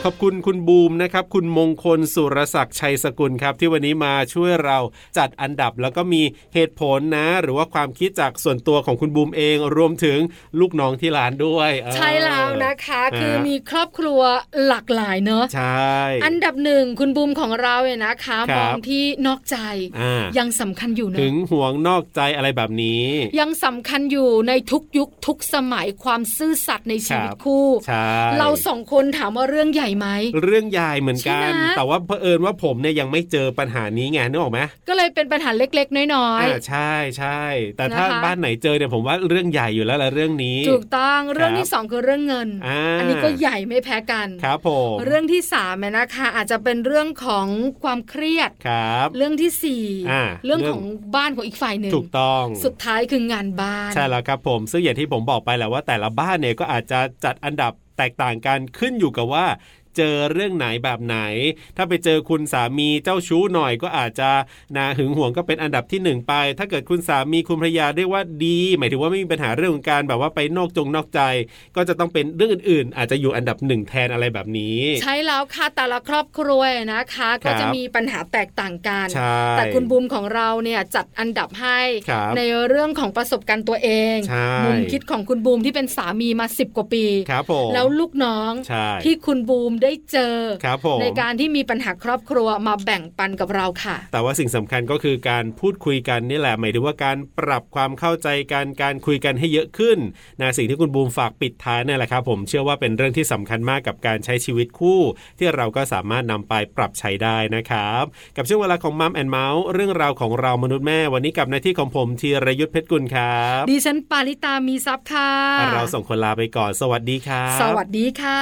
[SPEAKER 2] ขอบคุณคุณบูมนะครับ คุณมงคลสุรศักดิ์ชัยสกุลครับ ที่วันนี้มาช่วยเราจัดอันดับแล้วก็มีเหตุผลนะ หรือว่าความคิดจากส่วนตัวของคุณบูมเอง รวมถึงลูกน้องที่ร้านด้วยเออ
[SPEAKER 1] ใช่แล้วนะคะ
[SPEAKER 2] เออ
[SPEAKER 1] คือมีครอบครัวหลากหลายเนอะ
[SPEAKER 2] ใช่
[SPEAKER 1] อันดับหนึ่งคุณบูมของเราเนี่ยนะคะ
[SPEAKER 2] ครั
[SPEAKER 1] ม
[SPEAKER 2] บ
[SPEAKER 1] องที่นอกใจ
[SPEAKER 2] อ่า
[SPEAKER 1] ยังสำคัญอยู่นะ
[SPEAKER 2] ถึงห่วงนอกใจอะไรแบบนี้
[SPEAKER 1] ยังสำคัญอยู่ในทุกยุคทุกสมัยความซื่อสัตย์ในชีวิตคู่
[SPEAKER 2] ใช่
[SPEAKER 1] เราสองคนถามว่าเรื่องใหญ่ไหม
[SPEAKER 2] เรื่องยายเหมือนกัน
[SPEAKER 1] ใช่นะ
[SPEAKER 2] แต่ว่าเผอิญว่าผมเนี่ยยังไม่เจอปัญหานี้ไงนึกออกไหม
[SPEAKER 1] ก็เลยเป็นปัญหาเล็กๆ น้อย
[SPEAKER 2] อ่าใช่ใช่แต่ถ้า
[SPEAKER 1] นะคะ
[SPEAKER 2] บ้านไหนเจอเนี่ยผมว่าเรื่องใหญ่อยู่แล้วละเรื่องนี้
[SPEAKER 1] ๆ ถูกต้องเรื่องที่สองคือเรื่องเงิน
[SPEAKER 2] อ่า
[SPEAKER 1] นนี้ก็ใหญ่ไม่แพ้กัน
[SPEAKER 2] ครับผม
[SPEAKER 1] เรื่องที่สามเนี่ยนะคะอาจจะเป็นเรื่องของความเครียด
[SPEAKER 2] ครับ
[SPEAKER 1] เรื่องที่สี่
[SPEAKER 2] อ่า
[SPEAKER 1] เรื่อง
[SPEAKER 2] เรื่
[SPEAKER 1] ข
[SPEAKER 2] อง
[SPEAKER 1] องบ้านของอีกฝ่ายหนึ่ง
[SPEAKER 2] ถูกต้อง
[SPEAKER 1] สุดท้ายคืองานบ้าน
[SPEAKER 2] ใช่แล้วครับผมซึ่งอย่างที่ผมบอกไปแหละว่าแต่ละบ้านเนี่ยก็อาจจะจัดอันดับแตกต่างกันขึ้นอยู่กับว่า เจอเรื่องไหนแบบไหน ถ้าไปเจอคุณสามีเจ้าชู้หน่อยก็อาจจะนาหึงหวงก็เป็นอันดับที่หนึ่งไป ถ้าเกิดคุณสามีคุณภรรยาเรียกว่าดี หมายถึงว่าไม่มีปัญหาเรื่องของการแบบว่าไปนอกจงนอกใจ ก็จะต้องเป็นเรื่องอื่นๆ อาจจะอยู่อันดับหนึ่งแทนอะไรแบบนี้
[SPEAKER 1] ใช่แล้วค่ะแต่ละครอบครัวนะคะ ก็จะมีปัญหาแตกต่างกัน
[SPEAKER 2] ใช่
[SPEAKER 1] แต่คุณบูมของเราเนี่ยจัดอันดับให้
[SPEAKER 2] ครับ
[SPEAKER 1] ในเรื่องของประสบการณ์ตัวเอง
[SPEAKER 2] ใช่
[SPEAKER 1] มุมคิดของคุณบูมที่เป็นสามีมา 10 กว่าปี
[SPEAKER 2] ครับผม
[SPEAKER 1] แล้วลูกน้อง
[SPEAKER 2] ใช่
[SPEAKER 1] ที่คุณบูมได้เจอ
[SPEAKER 2] ครับผม
[SPEAKER 1] ในการที่มีปัญหาครอบครัวมาแบ่งปันกับเราค่ะ
[SPEAKER 2] แต่ว่าสิ่งสำคัญก็คือการพูดคุยกันนี่แหละหมายถึงว่าการปรับความเข้าใจกันการคุยกันให้เยอะขึ้นนะสิ่งที่คุณบูมฝากปิดท้ายเนี่ยแหละครับ ผมเชื่อว่าเป็นเรื่องที่สำคัญมากกับการใช้ชีวิตคู่ ที่เราก็สามารถนำไปปรับใช้ได้นะครับ กับช่วงเวลาของมัมแอนเมาส์เรื่องราวของเรามนุษย์แม่วันนี้กับหน้าที่ของผมธีรยุทธเพชรกุลครับ
[SPEAKER 1] ดิฉันปาริตามีซับค่ะ
[SPEAKER 2] เราส่งคนลาไปก่อนสวัสดีครับ
[SPEAKER 1] สวัสดีค่ะ